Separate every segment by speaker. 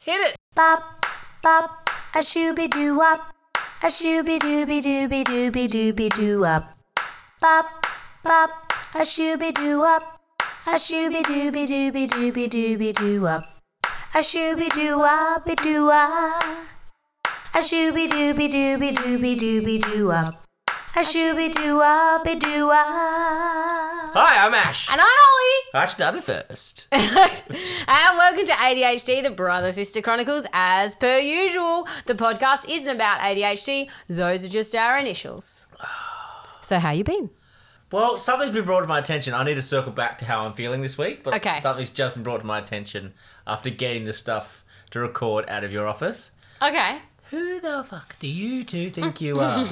Speaker 1: Hit it.
Speaker 2: Bop, bop, a shooby doo wop, a shooby dooby dooby dooby dooby doo wop. Bop, bop, a shooby doo wop, a shooby dooby dooby dooby dooby doo wop. A shooby doo wop doo wop. A shooby dooby dooby dooby dooby doo wop. A shooby doo wop doo wop.
Speaker 1: Hi, I'm Ash.
Speaker 3: And I'm Holly.
Speaker 1: Ash done it first.
Speaker 3: And welcome to ADHD, the Brother Sister Chronicles, as per usual. The podcast isn't about ADHD, those are just our initials. So, how you been?
Speaker 1: well, something's been brought to my attention. I need to circle back to how I'm feeling this week, but
Speaker 3: Okay.
Speaker 1: something's just been brought to my attention after getting the stuff to record out of your office.
Speaker 3: Okay.
Speaker 1: Who the fuck do you two think you are?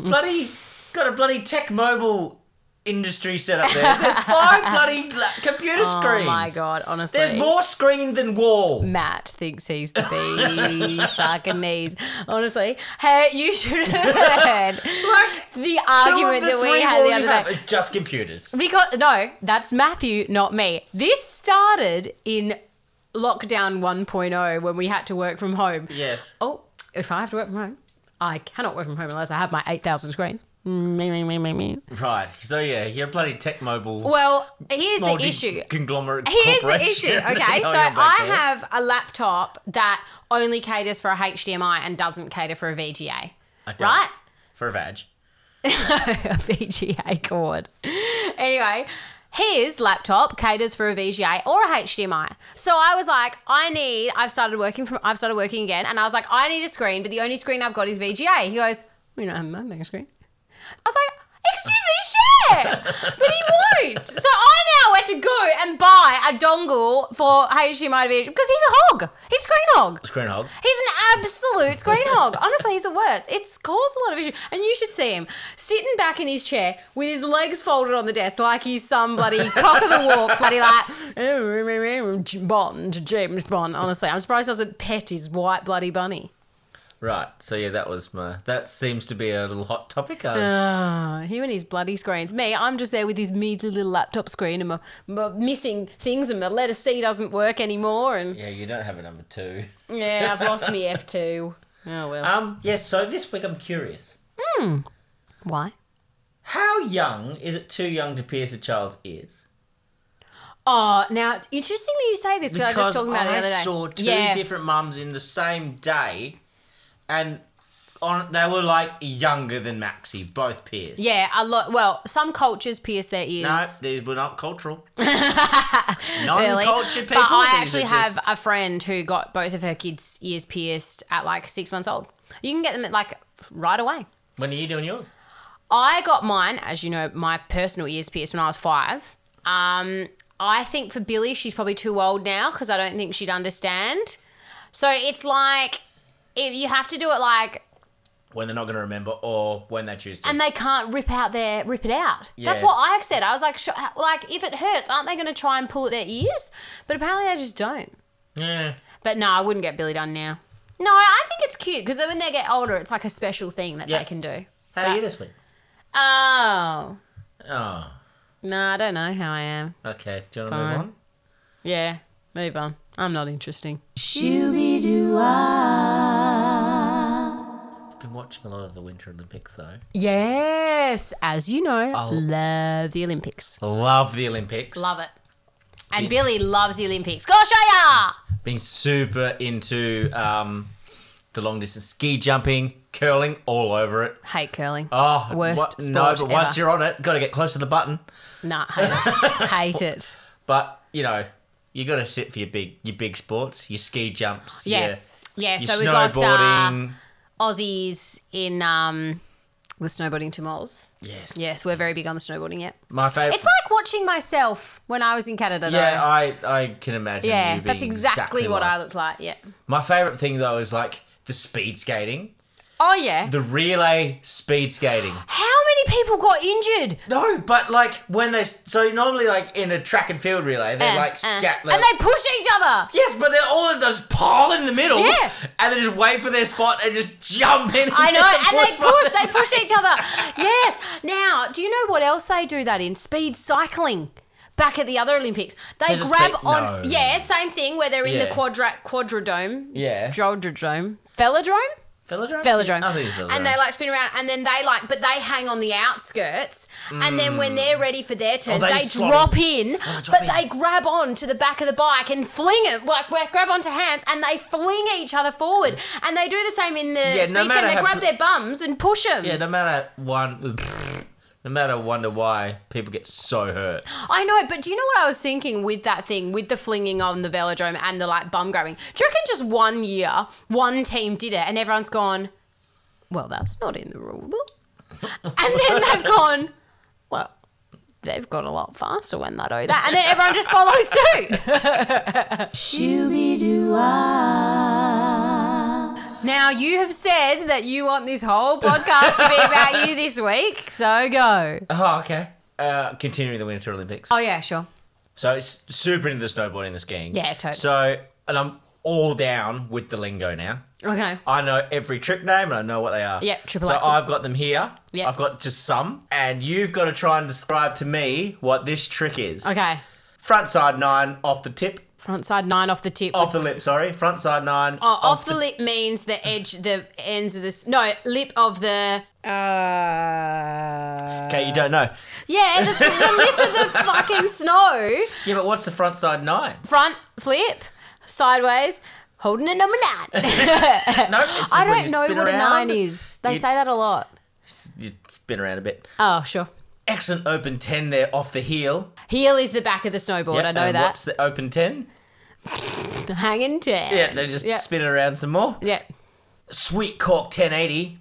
Speaker 1: bloody got a bloody tech mobile industry set up there. There's five bloody la- computer
Speaker 3: Oh
Speaker 1: screens.
Speaker 3: my god, honestly.
Speaker 1: There's more screen than wall.
Speaker 3: Matt thinks he's the bees fucking knees. Honestly, hey, you should have heard the argument
Speaker 1: Two of
Speaker 3: that
Speaker 1: the
Speaker 3: we
Speaker 1: three
Speaker 3: had
Speaker 1: walls
Speaker 3: the
Speaker 1: you
Speaker 3: other
Speaker 1: have
Speaker 3: day.
Speaker 1: are just computers.
Speaker 3: Because no, that's Matthew, not me. This started in lockdown 1.0 when we had to work from home.
Speaker 1: Yes.
Speaker 3: Oh, if I have to work from home, I cannot work from home unless I have my 8,000 screens. Me, me, me, me, me.
Speaker 1: Right. So yeah, you're a bloody tech mobile.
Speaker 3: Well, here's the
Speaker 1: multi-
Speaker 3: issue.
Speaker 1: Conglomerate.
Speaker 3: Here's the
Speaker 1: corporation.
Speaker 3: issue. Okay,
Speaker 1: Hang
Speaker 3: so
Speaker 1: on eh? back
Speaker 3: I
Speaker 1: there.
Speaker 3: have a laptop that only caters for a HDMI and doesn't cater for a VGA.
Speaker 1: Okay.
Speaker 3: Right?
Speaker 1: for a vag.
Speaker 3: E a VGA cord. Anyway, his laptop caters for a VGA or a HDMI. So I was like, I need. I've started working from. I've started working again, and I was like, I need a screen, but the only screen I've got is VGA. He goes, we don't have a mega screen. I was like, excuse me, share. but he won't. So I now had to go and buy a dongle for HDMI to VGA because he's a hog. He's a screen hog.
Speaker 1: Screen hog.
Speaker 3: He's an absolute screen hog. Honestly, he's the worst. It's caused a lot of issues. And you should see him sitting back in his chair with his legs folded on the desk like he's some bloody cock of the walk, bloody like Bond, James Bond. Honestly, I'm surprised he doesn't pet his white bloody bunny.
Speaker 1: Right. So yeah, that was my. That seems to be a little hot topic. Of,
Speaker 3: Uh, him and his bloody screens. Me, I'm just there with his measly little laptop screen and my, my missing things and my letter C doesn't work anymore. And
Speaker 1: yeah, you don't have a number two.
Speaker 3: yeah, I've lost me F2. Oh, well.
Speaker 1: Um. Yes. So this week I'm curious.
Speaker 3: Why?
Speaker 1: How young is it? Too young to pierce a child's ears.
Speaker 3: Oh, now it's interesting that you say this because I was just talking about it the
Speaker 1: I
Speaker 3: other day.
Speaker 1: saw two
Speaker 3: yeah,
Speaker 1: different mums in the same day, and on they were like younger than Maxie, both pierced.
Speaker 3: yeah, a lot. Well, some cultures pierce their
Speaker 1: No,
Speaker 3: ears
Speaker 1: these were not cultural.
Speaker 3: early,
Speaker 1: Non-cultured people.
Speaker 3: but I
Speaker 1: these
Speaker 3: actually
Speaker 1: are
Speaker 3: have uh,
Speaker 1: just-
Speaker 3: a friend who got both of her kids' ears pierced at like six months old. You can get them at like right away.
Speaker 1: When are you doing yours?
Speaker 3: I got mine, as you know, my personal ears pierced when I was five. Um, I think for Billy, she's probably too old now because I don't think she'd understand. So it's like if you have to do it like
Speaker 1: When they're not going to remember, or when they choose to.
Speaker 3: and they can't rip out their rip it out. That's
Speaker 1: Yeah.
Speaker 3: what I said. I was like, "Sh- like if it hurts, aren't they going to try and pull at their ears? But apparently, they just don't.
Speaker 1: yeah.
Speaker 3: But no, I wouldn't get Billy done now. No, I think it's cute because when they get older, it's like a special thing that
Speaker 1: Yeah.
Speaker 3: they can do.
Speaker 1: How are you this week?
Speaker 3: Oh
Speaker 1: Oh,
Speaker 3: no, I don't know how I am.
Speaker 1: okay. Do you want to move on?
Speaker 3: Yeah, move on. I'm not interesting.
Speaker 2: Shooby doo wop.
Speaker 1: I've been watching a lot of the Winter Olympics, though.
Speaker 3: Yes, as you know, love the Olympics.
Speaker 1: Love the Olympics.
Speaker 3: Love it. And Billy loves the Olympics. Go Australia!
Speaker 1: Being super into um, the long distance ski jumping, curling, all over it.
Speaker 3: Hate curling.
Speaker 1: Oh,
Speaker 3: Worst
Speaker 1: what-
Speaker 3: sport
Speaker 1: No, but once
Speaker 3: ever.
Speaker 1: you're on it, got to get close to the button.
Speaker 3: Nah, hate it. hate it.
Speaker 1: But you know, you got to sit for your big your big sports, your ski jumps.
Speaker 3: Yeah.
Speaker 1: Your,
Speaker 3: Yeah,
Speaker 1: your
Speaker 3: so we got uh,
Speaker 1: snowboarding.
Speaker 3: Aussies in um, the snowboarding tomorrows.
Speaker 1: yes.
Speaker 3: Yes, we're very big on the snowboarding yet.
Speaker 1: My favorite.
Speaker 3: It's like watching myself when I was in Canada, though.
Speaker 1: Yeah, oh, I, I can imagine.
Speaker 3: yeah,
Speaker 1: you
Speaker 3: that's
Speaker 1: being
Speaker 3: exactly, what
Speaker 1: like.
Speaker 3: I looked like. Yeah.
Speaker 1: My favorite thing though is like the speed skating,
Speaker 3: Oh yeah.
Speaker 1: the relay speed skating.
Speaker 3: How many people got injured?
Speaker 1: No, but like when they so normally like in a track and field relay they
Speaker 3: Uh,
Speaker 1: like
Speaker 3: uh,
Speaker 1: scat.
Speaker 3: and they push each other.
Speaker 1: yes, but they're all in those pile in the middle.
Speaker 3: Yeah.
Speaker 1: and they just wait for their spot and just jump in.
Speaker 3: I know, and they push, they push each other. Yes. Now, do you know what else they do that in? Speed cycling. back at the other Olympics. They
Speaker 1: There's a
Speaker 3: grab
Speaker 1: spe- no.
Speaker 3: on. Yeah, same thing where they're in the
Speaker 1: Yeah.
Speaker 3: quadra- quadradome.
Speaker 1: Yeah.
Speaker 3: Quadradome. Velodrome?
Speaker 1: Velodrome?
Speaker 3: velodrome.
Speaker 1: I think it's velodrome.
Speaker 3: And they like spin around, and then they like, but they hang on the outskirts, and then when they're ready for their turn,
Speaker 1: Mm. Oh, they
Speaker 3: they,
Speaker 1: slot
Speaker 3: drop in,
Speaker 1: they drop
Speaker 3: but
Speaker 1: in.
Speaker 3: they grab on to the back of the bike and fling it like we- grab onto hands, and they fling each other forward, and they do the same in the
Speaker 1: no
Speaker 3: speed stand.
Speaker 1: matter
Speaker 3: They
Speaker 1: how
Speaker 3: grab
Speaker 1: bl-
Speaker 3: their bums and push them.
Speaker 1: Yeah, no matter one, no matter wonder why people get so hurt.
Speaker 3: I know, but do you know what I was thinking with that thing, with the flinging on the velodrome and the like bum grabbing? Do you reckon just one year, one team did it, and everyone's gone, well, that's not in the rule book. and then they've gone, well, they've got a lot faster when they do that. And then everyone just follows suit.
Speaker 2: Shooby doo wop.
Speaker 3: now, you have said that you want this whole podcast to be about you this week, so go.
Speaker 1: Oh, okay. Uh, continuing the Winter Olympics.
Speaker 3: Oh, yeah, sure.
Speaker 1: So it's super into the snowboarding and the skiing.
Speaker 3: Yeah, totes.
Speaker 1: So, and I'm all down with the lingo now.
Speaker 3: Okay.
Speaker 1: I know every trick name and I know what they are.
Speaker 3: Yep, triple
Speaker 1: So
Speaker 3: axel.
Speaker 1: I've got them here.
Speaker 3: Yep.
Speaker 1: I've got just some. And you've got to try and describe to me what this trick is.
Speaker 3: Okay.
Speaker 1: Front side nine off the tip,
Speaker 3: Front side nine off the tip.
Speaker 1: off the lip, sorry. Front side nine.
Speaker 3: Oh, off, the, lip means the edge, the ends of this. No, lip of the. Uh...
Speaker 1: Okay, you don't know.
Speaker 3: Yeah, the, the lip of the fucking snow.
Speaker 1: Yeah, but what's the front side nine?
Speaker 3: Front flip, sideways, holding a number nine.
Speaker 1: No, it's just
Speaker 3: I
Speaker 1: when
Speaker 3: don't
Speaker 1: you
Speaker 3: know
Speaker 1: spin
Speaker 3: what a
Speaker 1: around,
Speaker 3: nine is. They
Speaker 1: You-
Speaker 3: say that a lot.
Speaker 1: You spin around a bit.
Speaker 3: Oh, sure.
Speaker 1: Excellent open 10 there off the heel.
Speaker 3: Heel is the back of the snowboard.
Speaker 1: Yeah, uh,
Speaker 3: I know
Speaker 1: and
Speaker 3: that.
Speaker 1: What's the open 10?
Speaker 3: Hanging ten.
Speaker 1: Yeah, they just
Speaker 3: Yeah.
Speaker 1: spin it around some more.
Speaker 3: Yeah.
Speaker 1: Sweet Cork 1080.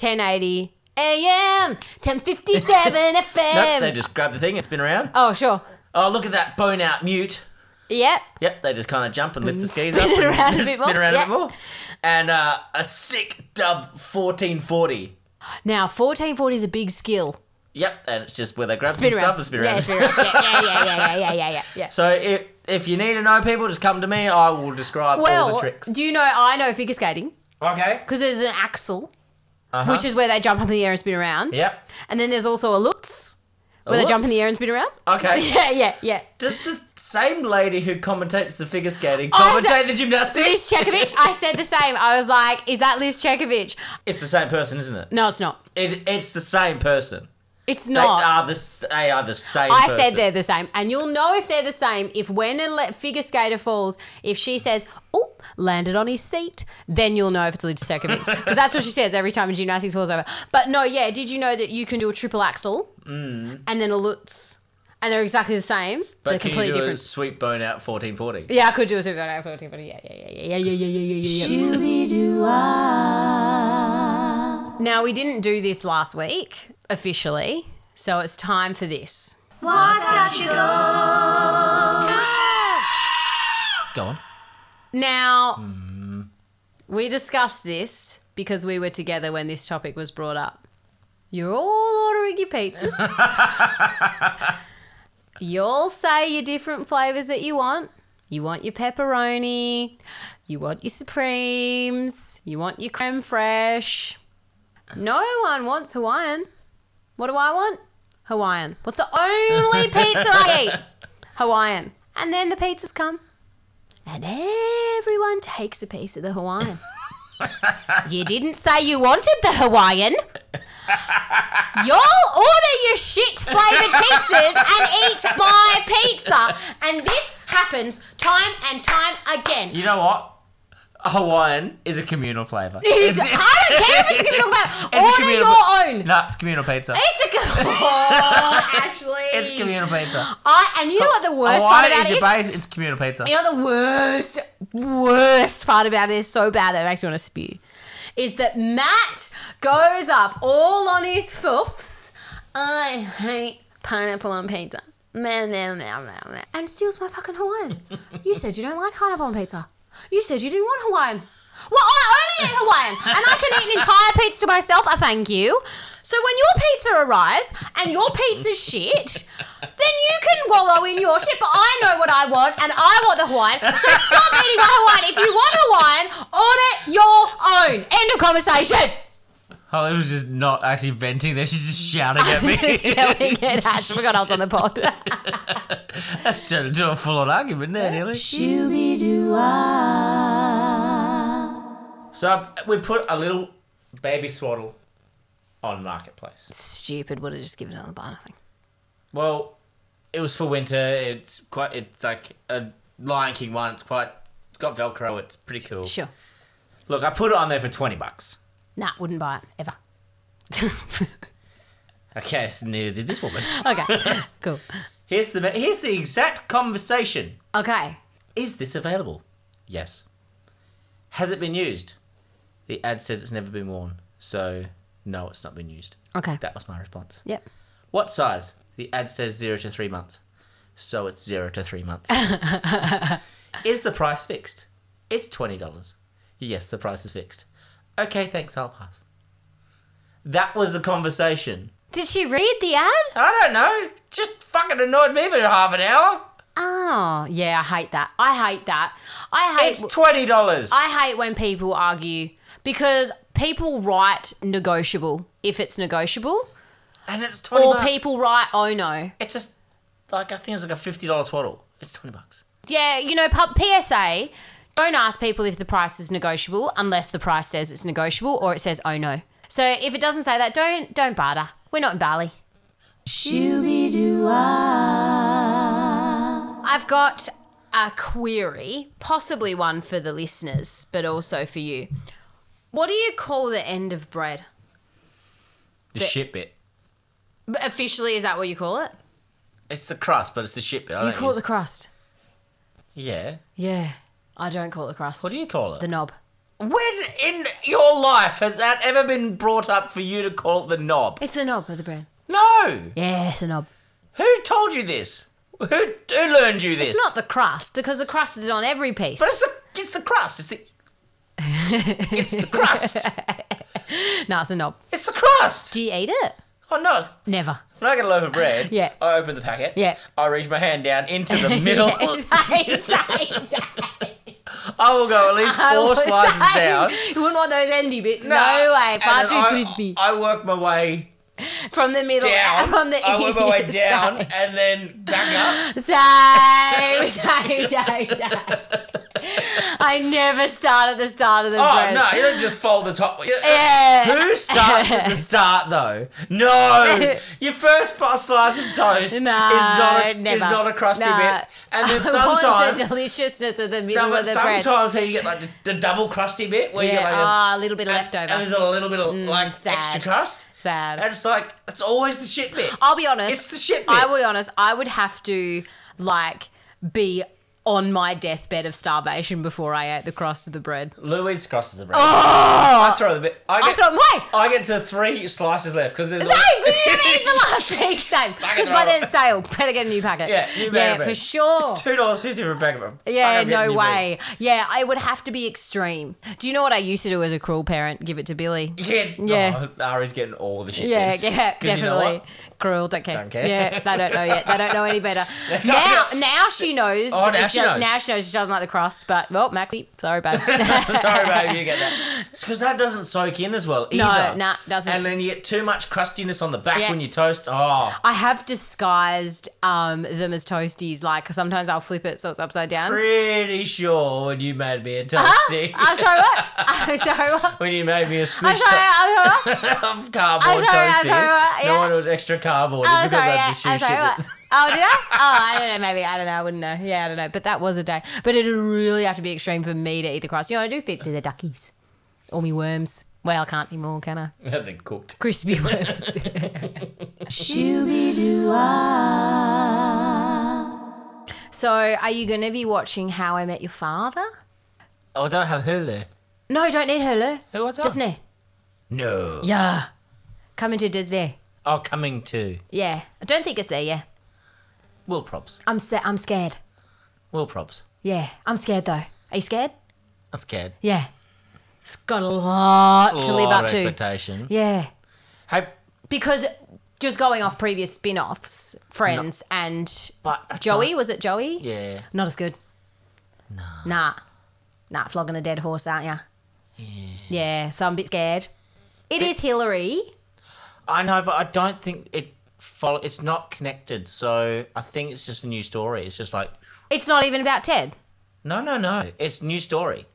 Speaker 3: 1080 a.m. 1057
Speaker 1: Nope,
Speaker 3: FM.
Speaker 1: they just grab the thing and spin around.
Speaker 3: oh, sure.
Speaker 1: Oh, look at that bone out mute.
Speaker 3: Yep.
Speaker 1: Yep, they just kind of jump and lift the skis
Speaker 3: Spin
Speaker 1: up
Speaker 3: it
Speaker 1: and
Speaker 3: around a bit
Speaker 1: spin
Speaker 3: more,
Speaker 1: around a
Speaker 3: yeah.
Speaker 1: bit more. And uh, a sick dub 1440.
Speaker 3: Now, 1440 is a big skill.
Speaker 1: Yep, and it's just where they grab
Speaker 3: Spin
Speaker 1: some
Speaker 3: around.
Speaker 1: stuff and spin around.
Speaker 3: Yeah, spin around. Yeah, yeah, yeah, yeah, yeah, yeah, yeah, yeah, yeah.
Speaker 1: So if, if you need to know people, just come to me. I will describe all the
Speaker 3: Well,
Speaker 1: tricks.
Speaker 3: do you know I know figure skating
Speaker 1: okay.
Speaker 3: because there's an axel,
Speaker 1: Uh-huh.
Speaker 3: which is where they jump up in the air and spin around,
Speaker 1: Yep.
Speaker 3: and then there's also a lutz, where they jump in the air and spin around.
Speaker 1: Okay.
Speaker 3: Yeah, yeah, yeah.
Speaker 1: Does the same lady who commentates the figure skating
Speaker 3: Oh, so-
Speaker 1: commentate the gymnastics?
Speaker 3: Liz Chekovich, I said the same. I was like, "Is that Liz Chekovich?"
Speaker 1: It's the same person, isn't it?
Speaker 3: No, it's not.
Speaker 1: it it's the same person.
Speaker 3: It's
Speaker 1: They
Speaker 3: not.
Speaker 1: are the s- they are the same.
Speaker 3: I
Speaker 1: person.
Speaker 3: said they're the same, and you'll know if they're the same if when a le- figure skater falls, if she says, "Oh, landed on his seat," then you'll know if it's Liz Chekovich because that's what she says every time a gymnastics falls over. But no, yeah, did you know that you can do a triple axel and then a lutz, and they're exactly the same, but they're
Speaker 1: Mm. But can you
Speaker 3: completely
Speaker 1: do a
Speaker 3: different.
Speaker 1: sweet bone out fourteen forty?
Speaker 3: yeah, I could do a super axel, but yeah, yeah, yeah, yeah, yeah, yeah, yeah, yeah, yeah. yeah.
Speaker 2: Shooby doo wop.
Speaker 3: Now we didn't do this last week officially, so it's time for this.
Speaker 2: What's up, she
Speaker 1: Go on.
Speaker 3: Now, we discussed this because we were together when this topic was brought up. You're all ordering your pizzas. you all say your different flavours that you want. You want your pepperoni, you want your supremes, you want your creme fraiche. No one wants Hawaiian. What do I want? Hawaiian. What's the only pizza I eat? Hawaiian. And then the pizzas come and everyone takes a piece of the Hawaiian. you didn't say you wanted the Hawaiian. Y'all order your shit flavored pizzas and eat my pizza. And this happens time and time again.
Speaker 1: You know what? Hawaiian is a communal flavour.
Speaker 3: It is, I don't care if it's a communal flavour.
Speaker 1: It's a
Speaker 3: Order
Speaker 1: communal-
Speaker 3: your own.
Speaker 1: No, it's communal pizza.
Speaker 3: It's a com- oh, Ashley.
Speaker 1: It's communal pizza.
Speaker 3: I, and you know what the worst part
Speaker 1: Hawaiian
Speaker 3: about
Speaker 1: is
Speaker 3: it
Speaker 1: your
Speaker 3: is?
Speaker 1: base. It's communal pizza.
Speaker 3: You know the worst, worst part about it is so bad that it makes me want to spew. Is that Matt goes up all on his foofs. I hate pineapple on pizza. Man, man, man, man, man. And steals my fucking Hawaiian. you said you don't like pineapple on pizza. You said you didn't want Hawaiian. Well, I only eat Hawaiian, and I can eat an entire pizza to myself. I thank you. So when your pizza arrives and your pizza's shit, then you can wallow in your shit. But I know what I want, and I want the Hawaiian. So stop eating my Hawaiian. If you want Hawaiian, order your own. End of conversation.
Speaker 1: Holly was just not actually venting there. She's just shouting at me.
Speaker 3: Just yelling at Ash. I forgot I was on the pod.
Speaker 1: That's turned into a full on argument there, nearly.
Speaker 2: Shooby doo
Speaker 1: So I, we put a little baby swaddle on Marketplace.
Speaker 3: Stupid. Would have just given it on the bar. Nothing.
Speaker 1: Well, it was for winter. It's quite. It's like a Lion King one. It's quite. It's got Velcro. It's pretty cool.
Speaker 3: Sure.
Speaker 1: Look, I put it on there for twenty bucks.
Speaker 3: Nah, wouldn't buy it ever.
Speaker 1: Okay, so neither did this woman.
Speaker 3: okay. Cool.
Speaker 1: Here's the here's the exact conversation.
Speaker 3: Okay.
Speaker 1: Is this available? Yes. Has it been used? The ad says it's never been worn, so no, it's not been used.
Speaker 3: Okay.
Speaker 1: That was my response.
Speaker 3: Yep.
Speaker 1: What size? The ad says zero to three months. So it's zero to three months. is the price fixed? It's $20. Yes, the price is fixed. Okay, thanks, I'll pass. That was the conversation.
Speaker 3: Did she read the ad?
Speaker 1: I don't know. Just fucking annoyed me for half an hour.
Speaker 3: Oh, yeah. I hate that. I hate that. I hate.
Speaker 1: It's $20.
Speaker 3: I hate when people argue because people write negotiable if it's negotiable,
Speaker 1: and it's 20
Speaker 3: or
Speaker 1: bucks.
Speaker 3: people write oh no.
Speaker 1: It's just like I think it's like a fifty dollar swaddle. It's twenty bucks.
Speaker 3: Yeah, you know, pub- PSA. Don't ask people if the price is negotiable unless the price says it's negotiable or it says oh no. So if it doesn't say that, don't don't barter. We're not in Bali.
Speaker 2: Shooby doo
Speaker 3: I've got a query, possibly one for the listeners, but also for you. What do you call the end of bread?
Speaker 1: The shit bit.
Speaker 3: B- Officially, is that what you call it?
Speaker 1: It's the crust, but it's the shit bit. I
Speaker 3: You
Speaker 1: don't
Speaker 3: call it
Speaker 1: use-
Speaker 3: the crust.
Speaker 1: yeah.
Speaker 3: Yeah, I don't call it the crust.
Speaker 1: What do you call it?
Speaker 3: the knob?
Speaker 1: when in your life has that ever been brought up for you to call it the knob?
Speaker 3: It's the knob of the bread.
Speaker 1: No.
Speaker 3: Yeah, it's a knob.
Speaker 1: Who told you this? Who who learned you this?
Speaker 3: It's not the crust because the crust is on every piece.
Speaker 1: But it's the it's the crust. It's the it's the crust.
Speaker 3: no, it's a knob.
Speaker 1: It's the crust.
Speaker 3: Do you eat it?
Speaker 1: Oh no! It's,
Speaker 3: Never.
Speaker 1: when I get a loaf of bread,
Speaker 3: Yeah.
Speaker 1: I open the packet.
Speaker 3: Yeah.
Speaker 1: I reach my hand down into the middle.
Speaker 3: Same, same, same.
Speaker 1: I will go at least four slices
Speaker 3: Same.
Speaker 1: down.
Speaker 3: You wouldn't want those endy bits. No, way.
Speaker 1: and
Speaker 3: Far
Speaker 1: then
Speaker 3: too
Speaker 1: I-
Speaker 3: crispy.
Speaker 1: I work my way
Speaker 3: from the middle
Speaker 1: down.
Speaker 3: from the
Speaker 1: I work my way
Speaker 3: yeah,
Speaker 1: down and then back up.
Speaker 3: Same, same, same, same. I never start at the start of the
Speaker 1: Oh
Speaker 3: bread.
Speaker 1: no, you don't just fold the top. You-
Speaker 3: Yeah.
Speaker 1: Who starts at the start though? No, your first bu- slice of toast
Speaker 3: No,
Speaker 1: is not a,
Speaker 3: never.
Speaker 1: is not a crusty
Speaker 3: No.
Speaker 1: bit, and then
Speaker 3: I want
Speaker 1: sometimes.
Speaker 3: the deliciousness of the middle
Speaker 1: No, but
Speaker 3: of the bread.
Speaker 1: sometimes how you get like the, the double crusty bit where you get like a-
Speaker 3: Yeah, oh, a little bit of
Speaker 1: and-
Speaker 3: leftover. Mm,
Speaker 1: and there's a little bit of like
Speaker 3: sad.
Speaker 1: extra crust.
Speaker 3: Sad.
Speaker 1: And it's like it's always the shit bit.
Speaker 3: I'll be honest.
Speaker 1: It's the shit
Speaker 3: I
Speaker 1: bit.
Speaker 3: will be honest. I would have to like be on my deathbed of starvation before I ate the crust of the bread.
Speaker 1: Louise crosses the bread. I throw the bit. I
Speaker 3: I
Speaker 1: get,
Speaker 3: thought, wait,
Speaker 1: I get to three slices left because there's like,
Speaker 3: same. We didn't even eat the last piece. Same. Because by then it's stale. Better get a new packet.
Speaker 1: Yeah, new bag
Speaker 3: yeah,
Speaker 1: of
Speaker 3: for
Speaker 1: bread.
Speaker 3: sure.
Speaker 1: it's two dollars fifty for a bag of them.
Speaker 3: Yeah, no way. Yeah, I would have to be extreme. Do you know what I used to do as a cruel parent? Give it to Billy.
Speaker 1: Yeah,
Speaker 3: Yeah.
Speaker 1: yeah. Oh, Ari's getting all the shit.
Speaker 3: Yeah,
Speaker 1: bits.
Speaker 3: yeah,
Speaker 1: 'Cause
Speaker 3: definitely.
Speaker 1: You know what?
Speaker 3: Cruel, don't care.
Speaker 1: Don't care.
Speaker 3: Yeah, they don't know yet. They don't know any better. now, now she knows.
Speaker 1: Oh, now
Speaker 3: It's
Speaker 1: she
Speaker 3: ju-
Speaker 1: knows.
Speaker 3: Now she knows she doesn't like the crust. But well, Maxie, sorry, bad.
Speaker 1: Sorry, babe, you get that. It's because that doesn't soak in as well either.
Speaker 3: nah, doesn't.
Speaker 1: And then you get too much crustiness on the back
Speaker 3: Yeah.
Speaker 1: when you toast. Oh,
Speaker 3: I have disguised um, them as toasties. Like sometimes I'll flip it so it's upside down.
Speaker 1: pretty sure when you made me a
Speaker 3: Huh?
Speaker 1: toasty,
Speaker 3: I'm sorry. What? I'm sorry. What?
Speaker 1: when you made me a
Speaker 3: Uh-huh. I'm
Speaker 1: squish
Speaker 3: sorry. I'm sorry. What?
Speaker 1: of cardboard
Speaker 3: I'm sorry, I'm
Speaker 1: toasty,
Speaker 3: sorry, what?
Speaker 1: no
Speaker 3: Yeah.
Speaker 1: one was extra cardboard
Speaker 3: Oh,
Speaker 1: because
Speaker 3: sorry.
Speaker 1: I
Speaker 3: Yeah,
Speaker 1: just
Speaker 3: I'm
Speaker 1: used
Speaker 3: sorry.
Speaker 1: shit
Speaker 3: What?
Speaker 1: bits.
Speaker 3: Oh, did I? Oh, I don't know. Maybe I don't know. I wouldn't know. Yeah, I don't know. But that was a day. But it'd really have to be extreme for me to eat the crust. You know, I do fit to the duckies or me worms. Well, I can't anymore, can I?
Speaker 1: And then cooked.
Speaker 3: Crispy worms.
Speaker 2: Shooby doo
Speaker 3: so, are you going to be watching How I Met Your Father?
Speaker 1: Oh, I don't have Hulu.
Speaker 3: No, don't need Hulu.
Speaker 1: Who was that?
Speaker 3: Disney.
Speaker 1: No.
Speaker 3: Yeah. Coming to Disney.
Speaker 1: Oh, coming to.
Speaker 3: Yeah. I don't think it's there. Yeah.
Speaker 1: Will props.
Speaker 3: I'm sa- I'm scared.
Speaker 1: Will props.
Speaker 3: Yeah. I'm scared though. Are you scared?
Speaker 1: I'm scared.
Speaker 3: Yeah. It's got a lot to live
Speaker 1: Lot
Speaker 3: up
Speaker 1: of
Speaker 3: to.
Speaker 1: expectation.
Speaker 3: Yeah.
Speaker 1: Hey,
Speaker 3: because just going off previous spin-offs, Friends and
Speaker 1: but I
Speaker 3: Joey,
Speaker 1: don't-
Speaker 3: was it Joey?
Speaker 1: Yeah.
Speaker 3: Not as good. Nah. Nah. Nah, flogging a dead horse, aren't ya? Yeah. Yeah, so I'm a bit scared. it is Hillary.
Speaker 1: I know, but I don't think it follow. It's not connected, so I think it's just a new story. It's just like
Speaker 3: It's not even about Ted.
Speaker 1: no, no, no. It's new story.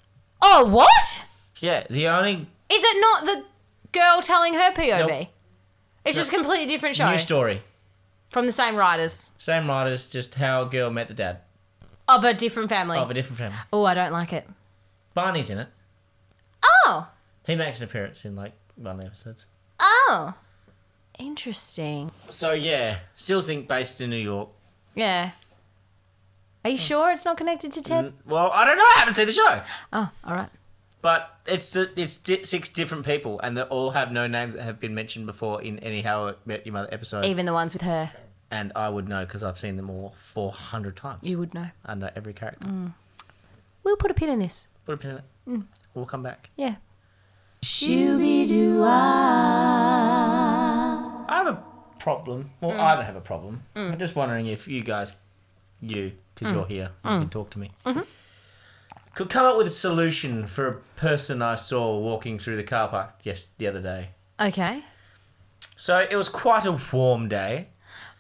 Speaker 3: Oh, what?
Speaker 1: Yeah, the only
Speaker 3: Is it not the girl telling her POV?
Speaker 1: Nope.
Speaker 3: It's just a completely different show
Speaker 1: new story.
Speaker 3: from the same writers
Speaker 1: Same writers, just how a girl met the dad
Speaker 3: of a different family.
Speaker 1: of a different family.
Speaker 3: Oh, I don't like it.
Speaker 1: Barney's in it.
Speaker 3: Oh,
Speaker 1: He makes an appearance in like one of the episodes.
Speaker 3: oh, interesting.
Speaker 1: So yeah, still think based in New York.
Speaker 3: Yeah. Are you sure it's not connected to Ted?
Speaker 1: Well, I don't know. I haven't seen the show,
Speaker 3: Oh, all right.
Speaker 1: but it's it's di- six different people, and they all have no names that have been mentioned before in any How I Met Your Mother episode.
Speaker 3: Even the ones with her,
Speaker 1: and I would know because I've seen them all four hundred times.
Speaker 3: you would Mm. know.
Speaker 1: I know every character.
Speaker 3: We'll put a pin in this.
Speaker 1: Put a pin in it. We'll come back.
Speaker 3: Mm. Yeah.
Speaker 1: I have a problem.
Speaker 3: Mm.
Speaker 1: Well, I don't have a problem. I'm just wondering if you guys, you,
Speaker 3: Mm.
Speaker 1: because you're here, you can talk to me,
Speaker 3: Mm-hmm.
Speaker 1: could come up with a solution for a person I saw walking through the car park just the other day.
Speaker 3: Okay.
Speaker 1: So it was quite a warm day.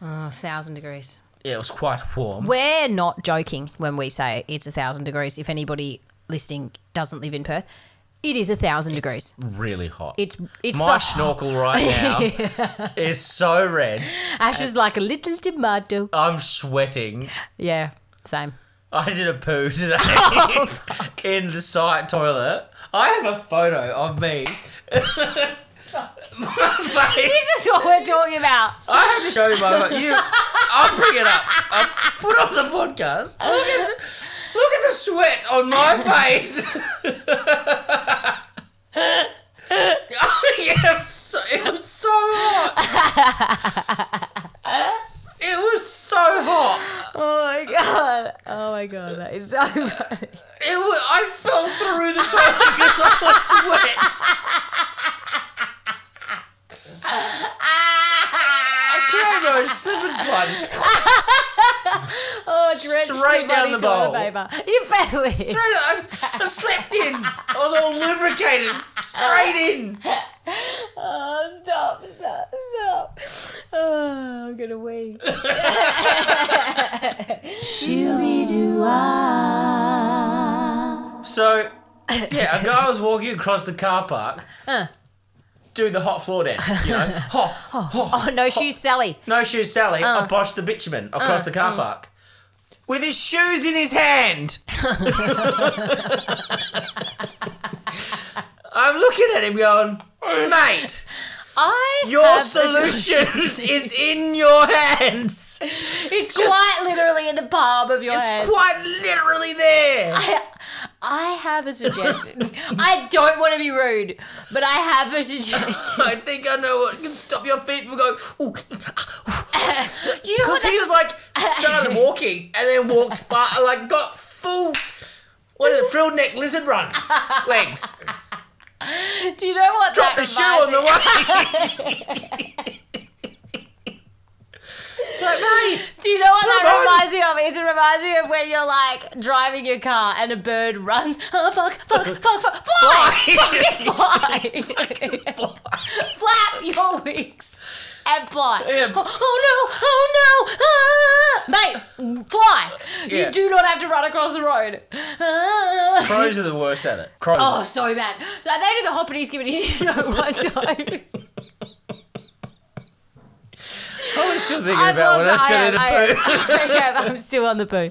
Speaker 3: Oh, thousand degrees.
Speaker 1: Yeah, it was quite warm.
Speaker 3: We're not joking when we say it's a thousand degrees. If anybody listening doesn't live in Perth, it is a thousand degrees.
Speaker 1: Really hot.
Speaker 3: It's it's
Speaker 1: My
Speaker 3: the
Speaker 1: snorkel right now is so red.
Speaker 3: ash is like a little tomato.
Speaker 1: I'm sweating.
Speaker 3: Yeah, same.
Speaker 1: I did a poo today in the site toilet. I have a photo of me. my face.
Speaker 3: This is what we're talking about.
Speaker 1: I have to show you my face. You, I'll bring it up. I'll put it on the podcast. Look at, look at the sweat on my face. oh, yeah, it was so, it was so hot. It was so hot.
Speaker 3: Oh my god. Oh my god. That is so
Speaker 1: It
Speaker 3: funny.
Speaker 1: wa I fell through the toilet because I was wet. I can't go slip and slide.
Speaker 3: Oh, drenched
Speaker 1: Straight
Speaker 3: in
Speaker 1: down
Speaker 3: bloody
Speaker 1: the
Speaker 3: toilet
Speaker 1: bowl.
Speaker 3: paper. You fell in.
Speaker 1: I, just, I slept in. I was all lubricated. Straight in.
Speaker 3: Oh, stop, stop, stop. Oh, I'm gonna wee.
Speaker 1: So, yeah, a guy was walking across the car park doing the hot floor dance, you know. Ho, ho,
Speaker 3: Oh no, she's Sally.
Speaker 1: No shoes, Sally. I boshed the bitumen across the
Speaker 3: Oh.
Speaker 1: car park with his shoes in his hand. I'm looking at him going, mate,
Speaker 3: I
Speaker 1: your
Speaker 3: have a solution.
Speaker 1: solution is in your hands. just-
Speaker 3: It's quite literally in the palm of your hand.
Speaker 1: It's quite literally there.
Speaker 3: I have a suggestion. I don't want to be rude, but I have a suggestion.
Speaker 1: I think I know what can stop your feet from going, ooh,
Speaker 3: Do you know what
Speaker 1: Because he was like started walking and then walked far, like got full, what is it, frilled neck lizard run legs.
Speaker 3: like, Do you know what
Speaker 1: Dropped
Speaker 3: that
Speaker 1: a shoe
Speaker 3: reminds
Speaker 1: on the
Speaker 3: me-
Speaker 1: way. it's like, mate,
Speaker 3: Do you know what that
Speaker 1: Come on.
Speaker 3: reminds me of? It reminds me of when you're like driving your car and a bird runs. Oh fuck! Fuck! Fuck! Fuck! Fly! Fucking fly! Flap your wings and fly.
Speaker 1: Yeah.
Speaker 3: Oh, oh no! Oh no! Ah! Mate, fly!
Speaker 1: Yeah.
Speaker 3: You do not have to run across the road. Ah.
Speaker 1: crows are the worst at it. Crows.
Speaker 3: Oh, so bad. So they do the hoppity skippity you know one time.
Speaker 1: I was still thinking
Speaker 3: I
Speaker 1: about
Speaker 3: was-
Speaker 1: when I said it.
Speaker 3: I, I, I, am still on the poo.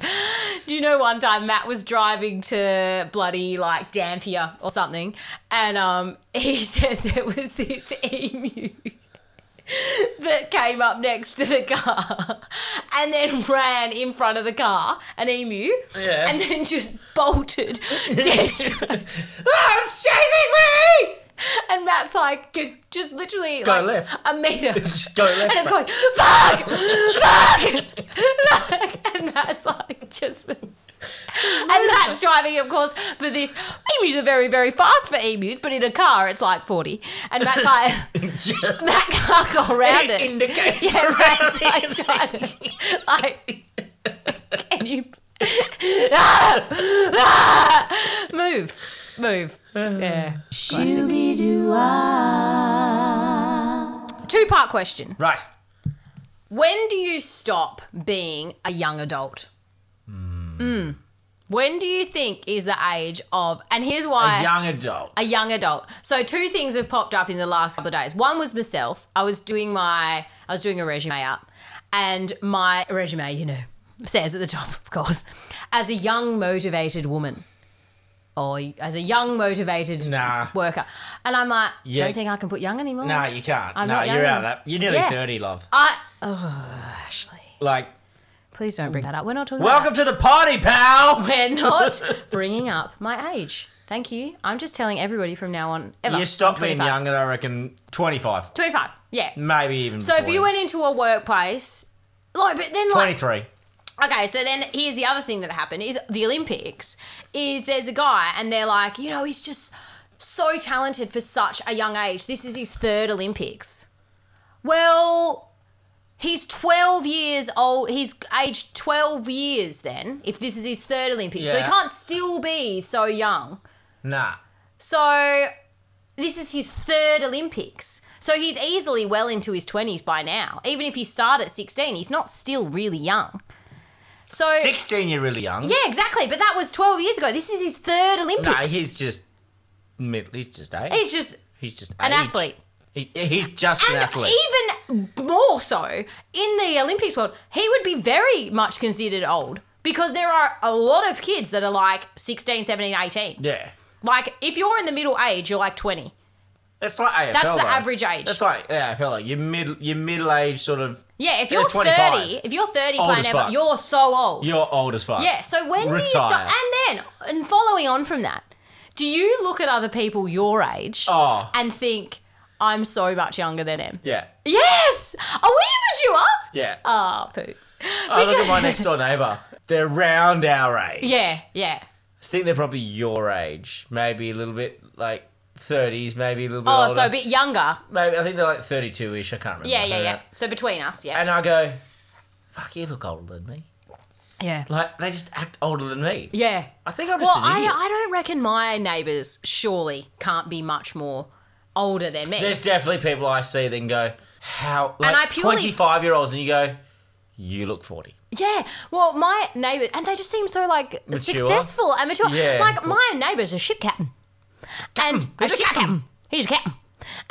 Speaker 3: Do you know one time Matt was driving to bloody like Dampier or something, and um, he said there was this emu that came up next to the car and then ran in front of the car, an emu,
Speaker 1: Yeah.
Speaker 3: and then just bolted dead straight.
Speaker 1: oh, it's chasing me!
Speaker 3: And Matt's like, just literally
Speaker 1: Go
Speaker 3: like,
Speaker 1: left.
Speaker 3: a meter.
Speaker 1: Just go left.
Speaker 3: and it's going fuck, fuck, fuck, and that's like just. And that's driving, of course, for this. Emus are very, very fast for emus, but in a car, it's like 40. And that's like,
Speaker 1: Just
Speaker 3: that car got round it.
Speaker 1: indicates
Speaker 3: yeah,
Speaker 1: around
Speaker 3: Matt's
Speaker 1: it.
Speaker 3: like, trying to, like, can you. Ah! Ah! Move. move. Yeah.
Speaker 2: Shooby doo
Speaker 3: Two part question.
Speaker 1: Right.
Speaker 3: When do you stop being a young adult? Mm. When do you think is the age of, and here's why
Speaker 1: A young adult.
Speaker 3: a young adult. So two things have popped up in the last couple of days. One was myself. I was doing my I was doing a resume up and my resume, you know, says at the top, of course, as a young motivated woman. Or as a young motivated
Speaker 1: Nah.
Speaker 3: worker. And I'm like,
Speaker 1: Yeah.
Speaker 3: don't think I can put young anymore.
Speaker 1: No, you can't.
Speaker 3: I'm
Speaker 1: no,
Speaker 3: not young
Speaker 1: you're out of
Speaker 3: enough.
Speaker 1: that. You're nearly
Speaker 3: Yeah.
Speaker 1: 30, love.
Speaker 3: I Oh, Ashley.
Speaker 1: Like,
Speaker 3: Please don't bring that up. We're not talking about
Speaker 1: welcome to the party, pal!
Speaker 3: We're not bringing up my age. Thank you. I'm just telling everybody from now on ever.
Speaker 1: You stopped
Speaker 3: I'm
Speaker 1: being
Speaker 3: 25.
Speaker 1: young at, I reckon, 25.
Speaker 3: 25. Yeah.
Speaker 1: Maybe even
Speaker 3: So if
Speaker 1: 40.
Speaker 3: you went into a workplace, like, but then like,
Speaker 1: 23.
Speaker 3: okay, so then here's the other thing that happened is the Olympics is there's a guy and they're like, you know, he's just so talented for such a young age. This is his third Olympics. Well, he's 12 years old. He's aged 12 years then if this is his third Olympics. So he
Speaker 1: Yeah.
Speaker 3: can't still be so young.
Speaker 1: Nah.
Speaker 3: So this is his third Olympics. So he's easily well into his 20s by now. Even if you start at 16, he's not still really young. So
Speaker 1: 16, you're really young.
Speaker 3: Yeah, exactly, but that was 12 years ago. This is his third Olympics.
Speaker 1: Nah, he's just. mid- He's just age.
Speaker 3: He's just
Speaker 1: He's just
Speaker 3: an
Speaker 1: age.
Speaker 3: athlete.
Speaker 1: He, he's just an
Speaker 3: and
Speaker 1: athlete.
Speaker 3: even more so in the Olympics world, he would be very much considered old because there are a lot of kids that are like 16, 17, 18.
Speaker 1: yeah.
Speaker 3: Like if you're in the middle age, you're like 20.
Speaker 1: That's like AFL.
Speaker 3: That's the
Speaker 1: though.
Speaker 3: average age.
Speaker 1: That's like yeah, I feel like your mid your middle age sort of
Speaker 3: Yeah, if
Speaker 1: Yeah,
Speaker 3: you're
Speaker 1: 25.
Speaker 3: 30, if you're 30
Speaker 1: Old
Speaker 3: playing
Speaker 1: as
Speaker 3: ever,
Speaker 1: fuck.
Speaker 3: you're so old.
Speaker 1: you're old as fuck.
Speaker 3: yeah, so when do you
Speaker 1: Retire.
Speaker 3: stop? And then, and following on from that, do you look at other people your age
Speaker 1: Oh.
Speaker 3: and think, I'm so much younger than them?
Speaker 1: Yeah.
Speaker 3: Yes! Are we mature?
Speaker 1: Yeah.
Speaker 3: Oh, poo.
Speaker 1: I look at
Speaker 3: because-
Speaker 1: my next door neighbour. They're round our age.
Speaker 3: Yeah, yeah.
Speaker 1: I think they're probably your age. Maybe a little bit like thirties, maybe a little bit
Speaker 3: Oh,
Speaker 1: older.
Speaker 3: so a bit younger.
Speaker 1: maybe I think they're like thirty two ish, I can't remember.
Speaker 3: Yeah, yeah,
Speaker 1: They're
Speaker 3: yeah.
Speaker 1: that.
Speaker 3: So between us, yeah.
Speaker 1: And I go, Fuck you look older than me.
Speaker 3: Yeah.
Speaker 1: Like they just act older than me.
Speaker 3: Yeah.
Speaker 1: I think I'm just
Speaker 3: Well,
Speaker 1: an
Speaker 3: I,
Speaker 1: idiot.
Speaker 3: I don't reckon my neighbours surely can't be much more older than me.
Speaker 1: There's definitely people I see that can go, how like
Speaker 3: I purely-
Speaker 1: twenty five year olds and you go, You look forty.
Speaker 3: Yeah. Well, my neighbours, and they just seem so like successful and mature.
Speaker 1: Yeah.
Speaker 3: Like my neighbour's a ship captain, and
Speaker 1: He's a
Speaker 3: ship captain. He's a captain,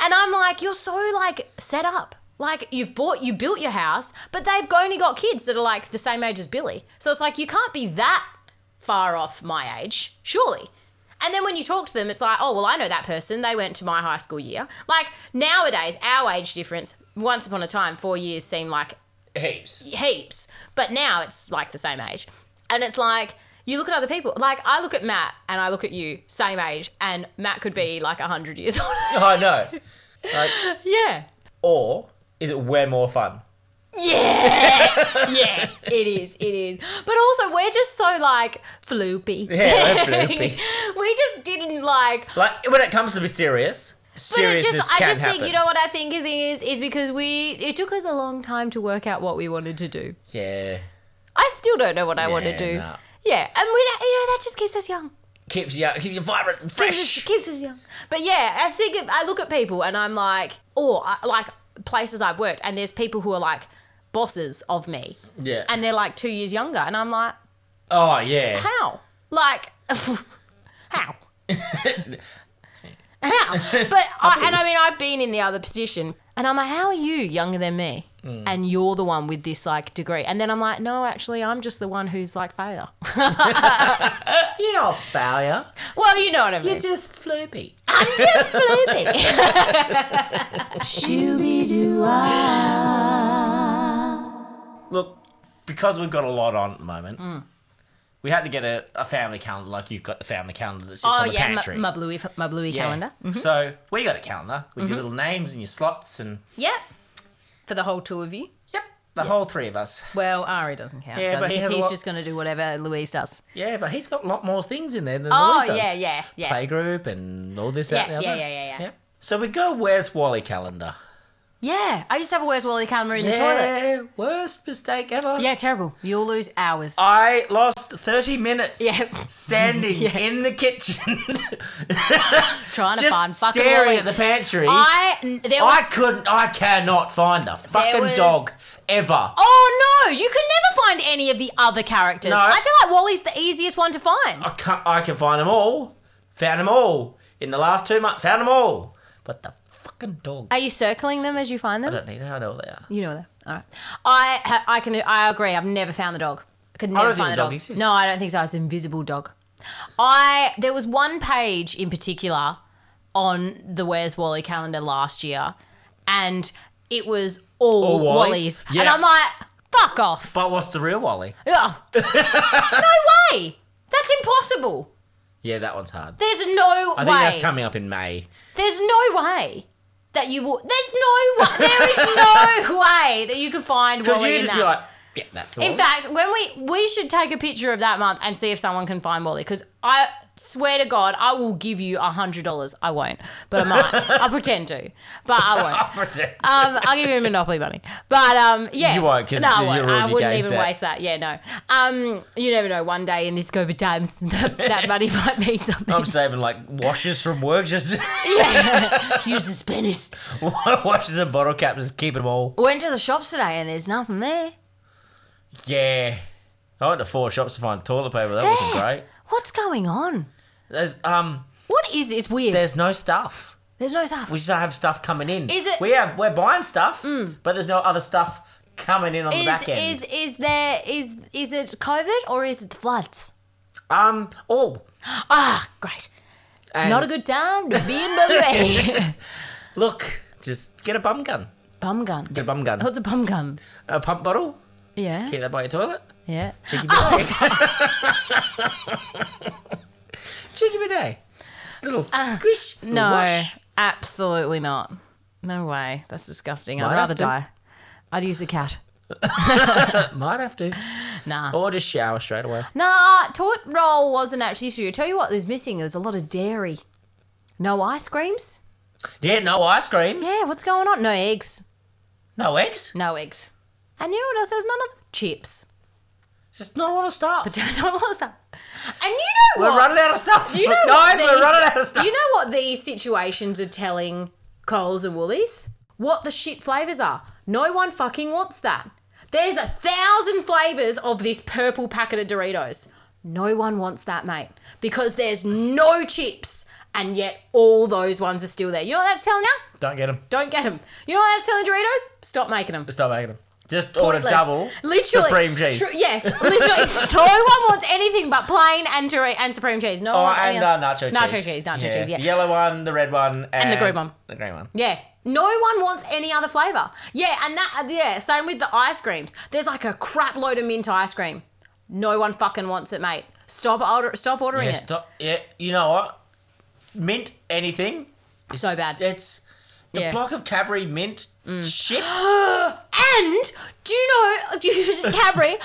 Speaker 3: and I'm like, you're so like set up. Like you've bought, you built your house, but they've only got kids that are like the same age as Billy. So it's like you can't be that far off my age, surely. And then when you talk to them, it's like, oh well, I know that person. They went to my high school year. Like nowadays, our age difference. Once upon a time, four years seemed like
Speaker 1: Heaps.
Speaker 3: heaps, but now it's like the same age. And it's like you look at other people. Like I look at Matt and I look at you, same age, and Matt could be like hundred years old.
Speaker 1: I know. Like,
Speaker 3: yeah.
Speaker 1: or is it way more fun?
Speaker 3: Yeah, yeah, it is, it is. But also, we're just so like floopy.
Speaker 1: Yeah, we're floopy.
Speaker 3: we just didn't like.
Speaker 1: Like when it comes to be serious,
Speaker 3: But it
Speaker 1: seriousness
Speaker 3: just, I
Speaker 1: can
Speaker 3: just
Speaker 1: happen.
Speaker 3: think you know what I think the thing is is because we it took us a long time to work out what we wanted to do.
Speaker 1: yeah,
Speaker 3: I still don't know what I want to
Speaker 1: Yeah,
Speaker 3: do.
Speaker 1: nah.
Speaker 3: Yeah, and we don't, you know that just keeps us young.
Speaker 1: keeps you keeps you vibrant and
Speaker 3: keeps us,
Speaker 1: fresh.
Speaker 3: keeps us young. But yeah, I think if I look at people and I'm like, or I, like places I've worked, and there's people who are like bosses of me,
Speaker 1: Yeah.
Speaker 3: and they're like two years younger, and I'm like,
Speaker 1: oh yeah.
Speaker 3: how? Like, how? how? But I, and I mean, I've been in the other position, and I'm like, how are you younger than me? And you're the one with this like degree, and then I'm like, no, actually, I'm just the one who's like failure.
Speaker 1: You're not a failure.
Speaker 3: well, you know what I mean.
Speaker 1: You're just floopy.
Speaker 3: I'm just floopy.
Speaker 2: Shooby doo
Speaker 1: Look, because we've got a lot on at the moment,
Speaker 3: Mm.
Speaker 1: we had to get a, a family calendar. Like you've got the family calendar that sits
Speaker 3: Oh
Speaker 1: on the
Speaker 3: yeah, my-
Speaker 1: pantry.
Speaker 3: my, bluey, my bluey
Speaker 1: Yeah.
Speaker 3: calendar. Mm-hmm.
Speaker 1: So we got a calendar with your little names and your slots and
Speaker 3: Yep. For the whole two of you.
Speaker 1: yep, the whole three of us.
Speaker 3: Well, Ari doesn't count.
Speaker 1: Yeah,
Speaker 3: does
Speaker 1: but
Speaker 3: he?
Speaker 1: he
Speaker 3: 'Cause
Speaker 1: has a
Speaker 3: he's
Speaker 1: lot-
Speaker 3: just going to do whatever Louise does.
Speaker 1: Yeah, but he's got a lot more things in there than
Speaker 3: Oh,
Speaker 1: Louise does.
Speaker 3: yeah, yeah, yeah.
Speaker 1: Playgroup and all this, that,
Speaker 3: Yeah,
Speaker 1: and the
Speaker 3: yeah,
Speaker 1: other.
Speaker 3: yeah, yeah, yeah.
Speaker 1: So we go Where's Wally calendar.
Speaker 3: Yeah, I used to have a Where's Wally camera in the toilet.
Speaker 1: Yeah, Eh, worst mistake ever.
Speaker 3: Yeah, terrible. You'll lose hours.
Speaker 1: I lost 30 minutes
Speaker 3: Yeah.
Speaker 1: standing in the kitchen,
Speaker 3: trying to find
Speaker 1: just
Speaker 3: fucking
Speaker 1: staring
Speaker 3: Wally.
Speaker 1: at the pantry. I,
Speaker 3: I n- there was.
Speaker 1: couldn't, I cannot find the fucking
Speaker 3: was-
Speaker 1: dog ever.
Speaker 3: Oh no! You can never find any of the other characters.
Speaker 1: No.
Speaker 3: I feel like Wally's the easiest one to find.
Speaker 1: I, can't, I can find them all. Found them all. In the last two months, found them all. But the fucking dog. I
Speaker 3: Are you circling them as you find them?
Speaker 1: don't need how I know where they are.
Speaker 3: You know that. All right. I ha- I can I agree. I've never found the dog. I could never
Speaker 1: don't think
Speaker 3: find
Speaker 1: the
Speaker 3: the
Speaker 1: dog
Speaker 3: dog.
Speaker 1: exists.
Speaker 3: No, I don't think so. It's an invisible dog. I there was one page in particular on the Where's Wally calendar last year, and it was all,
Speaker 1: All Wallies?
Speaker 3: Wallies, and
Speaker 1: Yeah.
Speaker 3: I'm like, fuck off.
Speaker 1: But what's the real Wally?
Speaker 3: Yeah. no way. That's impossible.
Speaker 1: Yeah, that one's hard.
Speaker 3: There's no
Speaker 1: I
Speaker 3: way.
Speaker 1: think that's coming up in May.
Speaker 3: There's no way that you will. There's no. wa- There is no way that you can find
Speaker 1: Because
Speaker 3: Wally
Speaker 1: you
Speaker 3: in
Speaker 1: just
Speaker 3: that.
Speaker 1: be like, yeah, that's the
Speaker 3: In
Speaker 1: Wally.
Speaker 3: fact, when we we should take a picture of that month and see if someone can find Wally, because I swear to God, I will give you a hundred dollars. I won't, but I might. I'll pretend to, but I won't. Um, I'll give you a Monopoly money, but um, yeah,
Speaker 1: You won't, 'cause
Speaker 3: no, I
Speaker 1: you
Speaker 3: won't.
Speaker 1: ruined
Speaker 3: I
Speaker 1: your
Speaker 3: wouldn't
Speaker 1: game
Speaker 3: even
Speaker 1: set.
Speaker 3: waste that. Yeah, no. Um, you never know. One day in this COVID times, that, that money might mean something.
Speaker 1: I'm saving like washes from work, just
Speaker 3: Use the Spanish.
Speaker 1: washes and bottle caps, just keep them all.
Speaker 3: Went to the shops today and there's nothing there.
Speaker 1: Yeah. I went to four shops to find toilet paper. That wasn't great.
Speaker 3: What's going on?
Speaker 1: There's um,
Speaker 3: What is this weird?
Speaker 1: there's no stuff.
Speaker 3: There's no stuff.
Speaker 1: We just don't have stuff coming in.
Speaker 3: Is it- Mm.
Speaker 1: We have we're buying stuff, but there's no other stuff coming in on the
Speaker 3: is
Speaker 1: back end.
Speaker 3: is is there is is it COVID or is it floods?
Speaker 1: um, all.
Speaker 3: Ah, great.
Speaker 1: And
Speaker 3: Not a good time to be in Bombay.
Speaker 1: look. Just get a bum gun.
Speaker 3: bum gun.
Speaker 1: Get a bum gun.
Speaker 3: What's a bum gun?
Speaker 1: A pump bottle.
Speaker 3: Yeah.
Speaker 1: Keep that by your toilet.
Speaker 3: Yeah.
Speaker 1: Cheeky
Speaker 3: Oh,
Speaker 1: bidet. Cheeky bidet. Just a little squish. little
Speaker 3: Ah, No,
Speaker 1: wash.
Speaker 3: absolutely not. No way. That's disgusting.
Speaker 1: Might
Speaker 3: I'd rather
Speaker 1: have to.
Speaker 3: die. I'd use the cat.
Speaker 1: Might have to.
Speaker 3: Nah.
Speaker 1: Or just shower straight away.
Speaker 3: Nah, toilet roll wasn't actually the issue. Tell you what, there's missing. There's a lot of dairy. No ice creams.
Speaker 1: Yeah, no ice creams.
Speaker 3: Yeah, what's going on? No eggs.
Speaker 1: No eggs.
Speaker 3: No eggs. And you know what else? There's none of chips.
Speaker 1: Just not a lot of stuff.
Speaker 3: Don't know what's up. And you know
Speaker 1: we're
Speaker 3: what?
Speaker 1: running out of stuff.
Speaker 3: you know
Speaker 1: Guys,
Speaker 3: what
Speaker 1: we're
Speaker 3: these-
Speaker 1: running out of stuff.
Speaker 3: You know what these situations are telling Coles and Woolies? What the shit flavours are. No one fucking wants that. There's a thousand flavours of this purple packet of Doritos. No one wants that, mate, because there's no chips, and yet all those ones are still there. You know what that's telling you?
Speaker 1: Don't get them.
Speaker 3: Don't get them. You know what that's telling Doritos? Stop making them.
Speaker 1: Stop making them. Just order
Speaker 3: Pointless.
Speaker 1: double.
Speaker 3: literally
Speaker 1: Supreme cheese.
Speaker 3: Tru- yes, literally. no one wants anything but plain and Dor- and supreme cheese. No one
Speaker 1: Oh,
Speaker 3: wants
Speaker 1: and
Speaker 3: any
Speaker 1: uh,
Speaker 3: other-
Speaker 1: nacho cheese.
Speaker 3: Nacho cheese, nacho cheese. Yeah,
Speaker 1: The yellow one, the red one, and,
Speaker 3: the green one.
Speaker 1: The green one.
Speaker 3: yeah. No one wants any other flavor. Yeah, and that uh, yeah. Same with the ice creams. There's like a crap load of mint ice cream. No one fucking wants it, mate. Stop order. Stop ordering
Speaker 1: Yeah,
Speaker 3: it.
Speaker 1: stop. Yeah, you know what? Mint anything.
Speaker 3: So bad.
Speaker 1: It's the
Speaker 3: Yeah. Mm.
Speaker 1: block of Cadbury mint shit.
Speaker 3: And do you know? Do you Cadbury?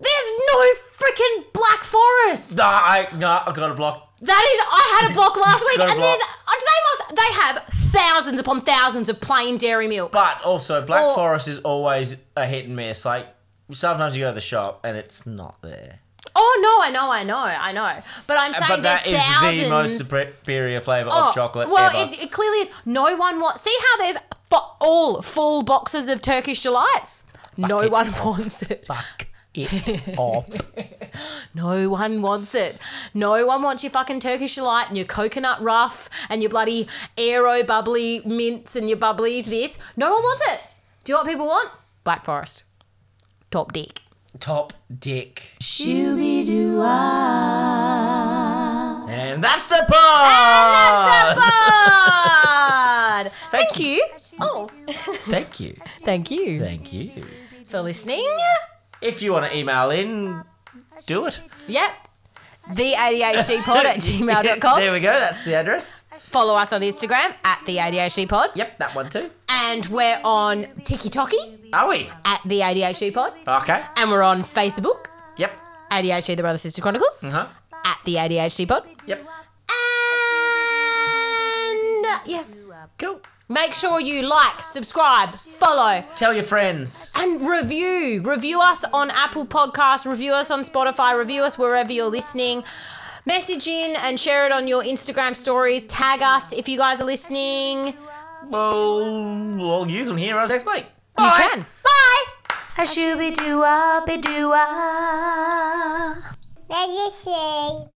Speaker 3: There's no freaking black forest.
Speaker 1: Nah, I nah, I got a block.
Speaker 3: That is, I had a block last week,
Speaker 1: Got a
Speaker 3: and
Speaker 1: block.
Speaker 3: there's uh, they must they have thousands upon thousands of plain dairy milk.
Speaker 1: But also, Black
Speaker 3: Or-
Speaker 1: Forest is always a hit and miss. Like sometimes you go to the shop and it's not there.
Speaker 3: Oh no, I know, I know, I know. But I'm saying
Speaker 1: Uh, but that
Speaker 3: there's
Speaker 1: is
Speaker 3: thousands.
Speaker 1: the most superior flavour
Speaker 3: Oh,
Speaker 1: of chocolate
Speaker 3: Well,
Speaker 1: ever.
Speaker 3: It, it clearly is. No one wants. See how there's fo- all full boxes of Turkish delights. no
Speaker 1: it
Speaker 3: one wants it.
Speaker 1: Fuck it off.
Speaker 3: No one wants it. No one wants your fucking Turkish delight and your coconut rough and your bloody aero bubbly mints and your bubblies. This no one wants it. Do you know what people want? Black Forest, top dick.
Speaker 1: Top dick.
Speaker 2: Shooby doo wop.
Speaker 1: And that's the pod.
Speaker 3: Pod. Thank you. Oh,
Speaker 1: Thank you.
Speaker 3: thank you
Speaker 1: Thank you.
Speaker 3: for listening.
Speaker 1: If you want to email in, do it.
Speaker 3: Yep. The ADHDpod at gmail.com.
Speaker 1: There we go. That's the address.
Speaker 3: Follow us on Instagram at the ADHDpod.
Speaker 1: Yep, that one too.
Speaker 3: And we're on TikToky
Speaker 1: Are we?
Speaker 3: at the ADHDpod.
Speaker 1: Okay.
Speaker 3: And we're on Facebook,
Speaker 1: Yep. Uh-huh.
Speaker 3: ADHD The Brother Sister Chronicles,
Speaker 1: Huh?
Speaker 3: at the ADHD Pod.
Speaker 1: Yep.
Speaker 3: And yeah.
Speaker 1: Cool.
Speaker 3: Make sure you like, subscribe, follow,
Speaker 1: Tell your friends.
Speaker 3: and review. Review us on Apple Podcasts, review us on Spotify, review us wherever you're listening. Message in and share it on your Instagram stories. Tag us if you guys are listening. You
Speaker 1: Well, well, you can hear us next week.
Speaker 3: can. Bye.
Speaker 2: A shooby doo a be doo a.
Speaker 4: Let's just say.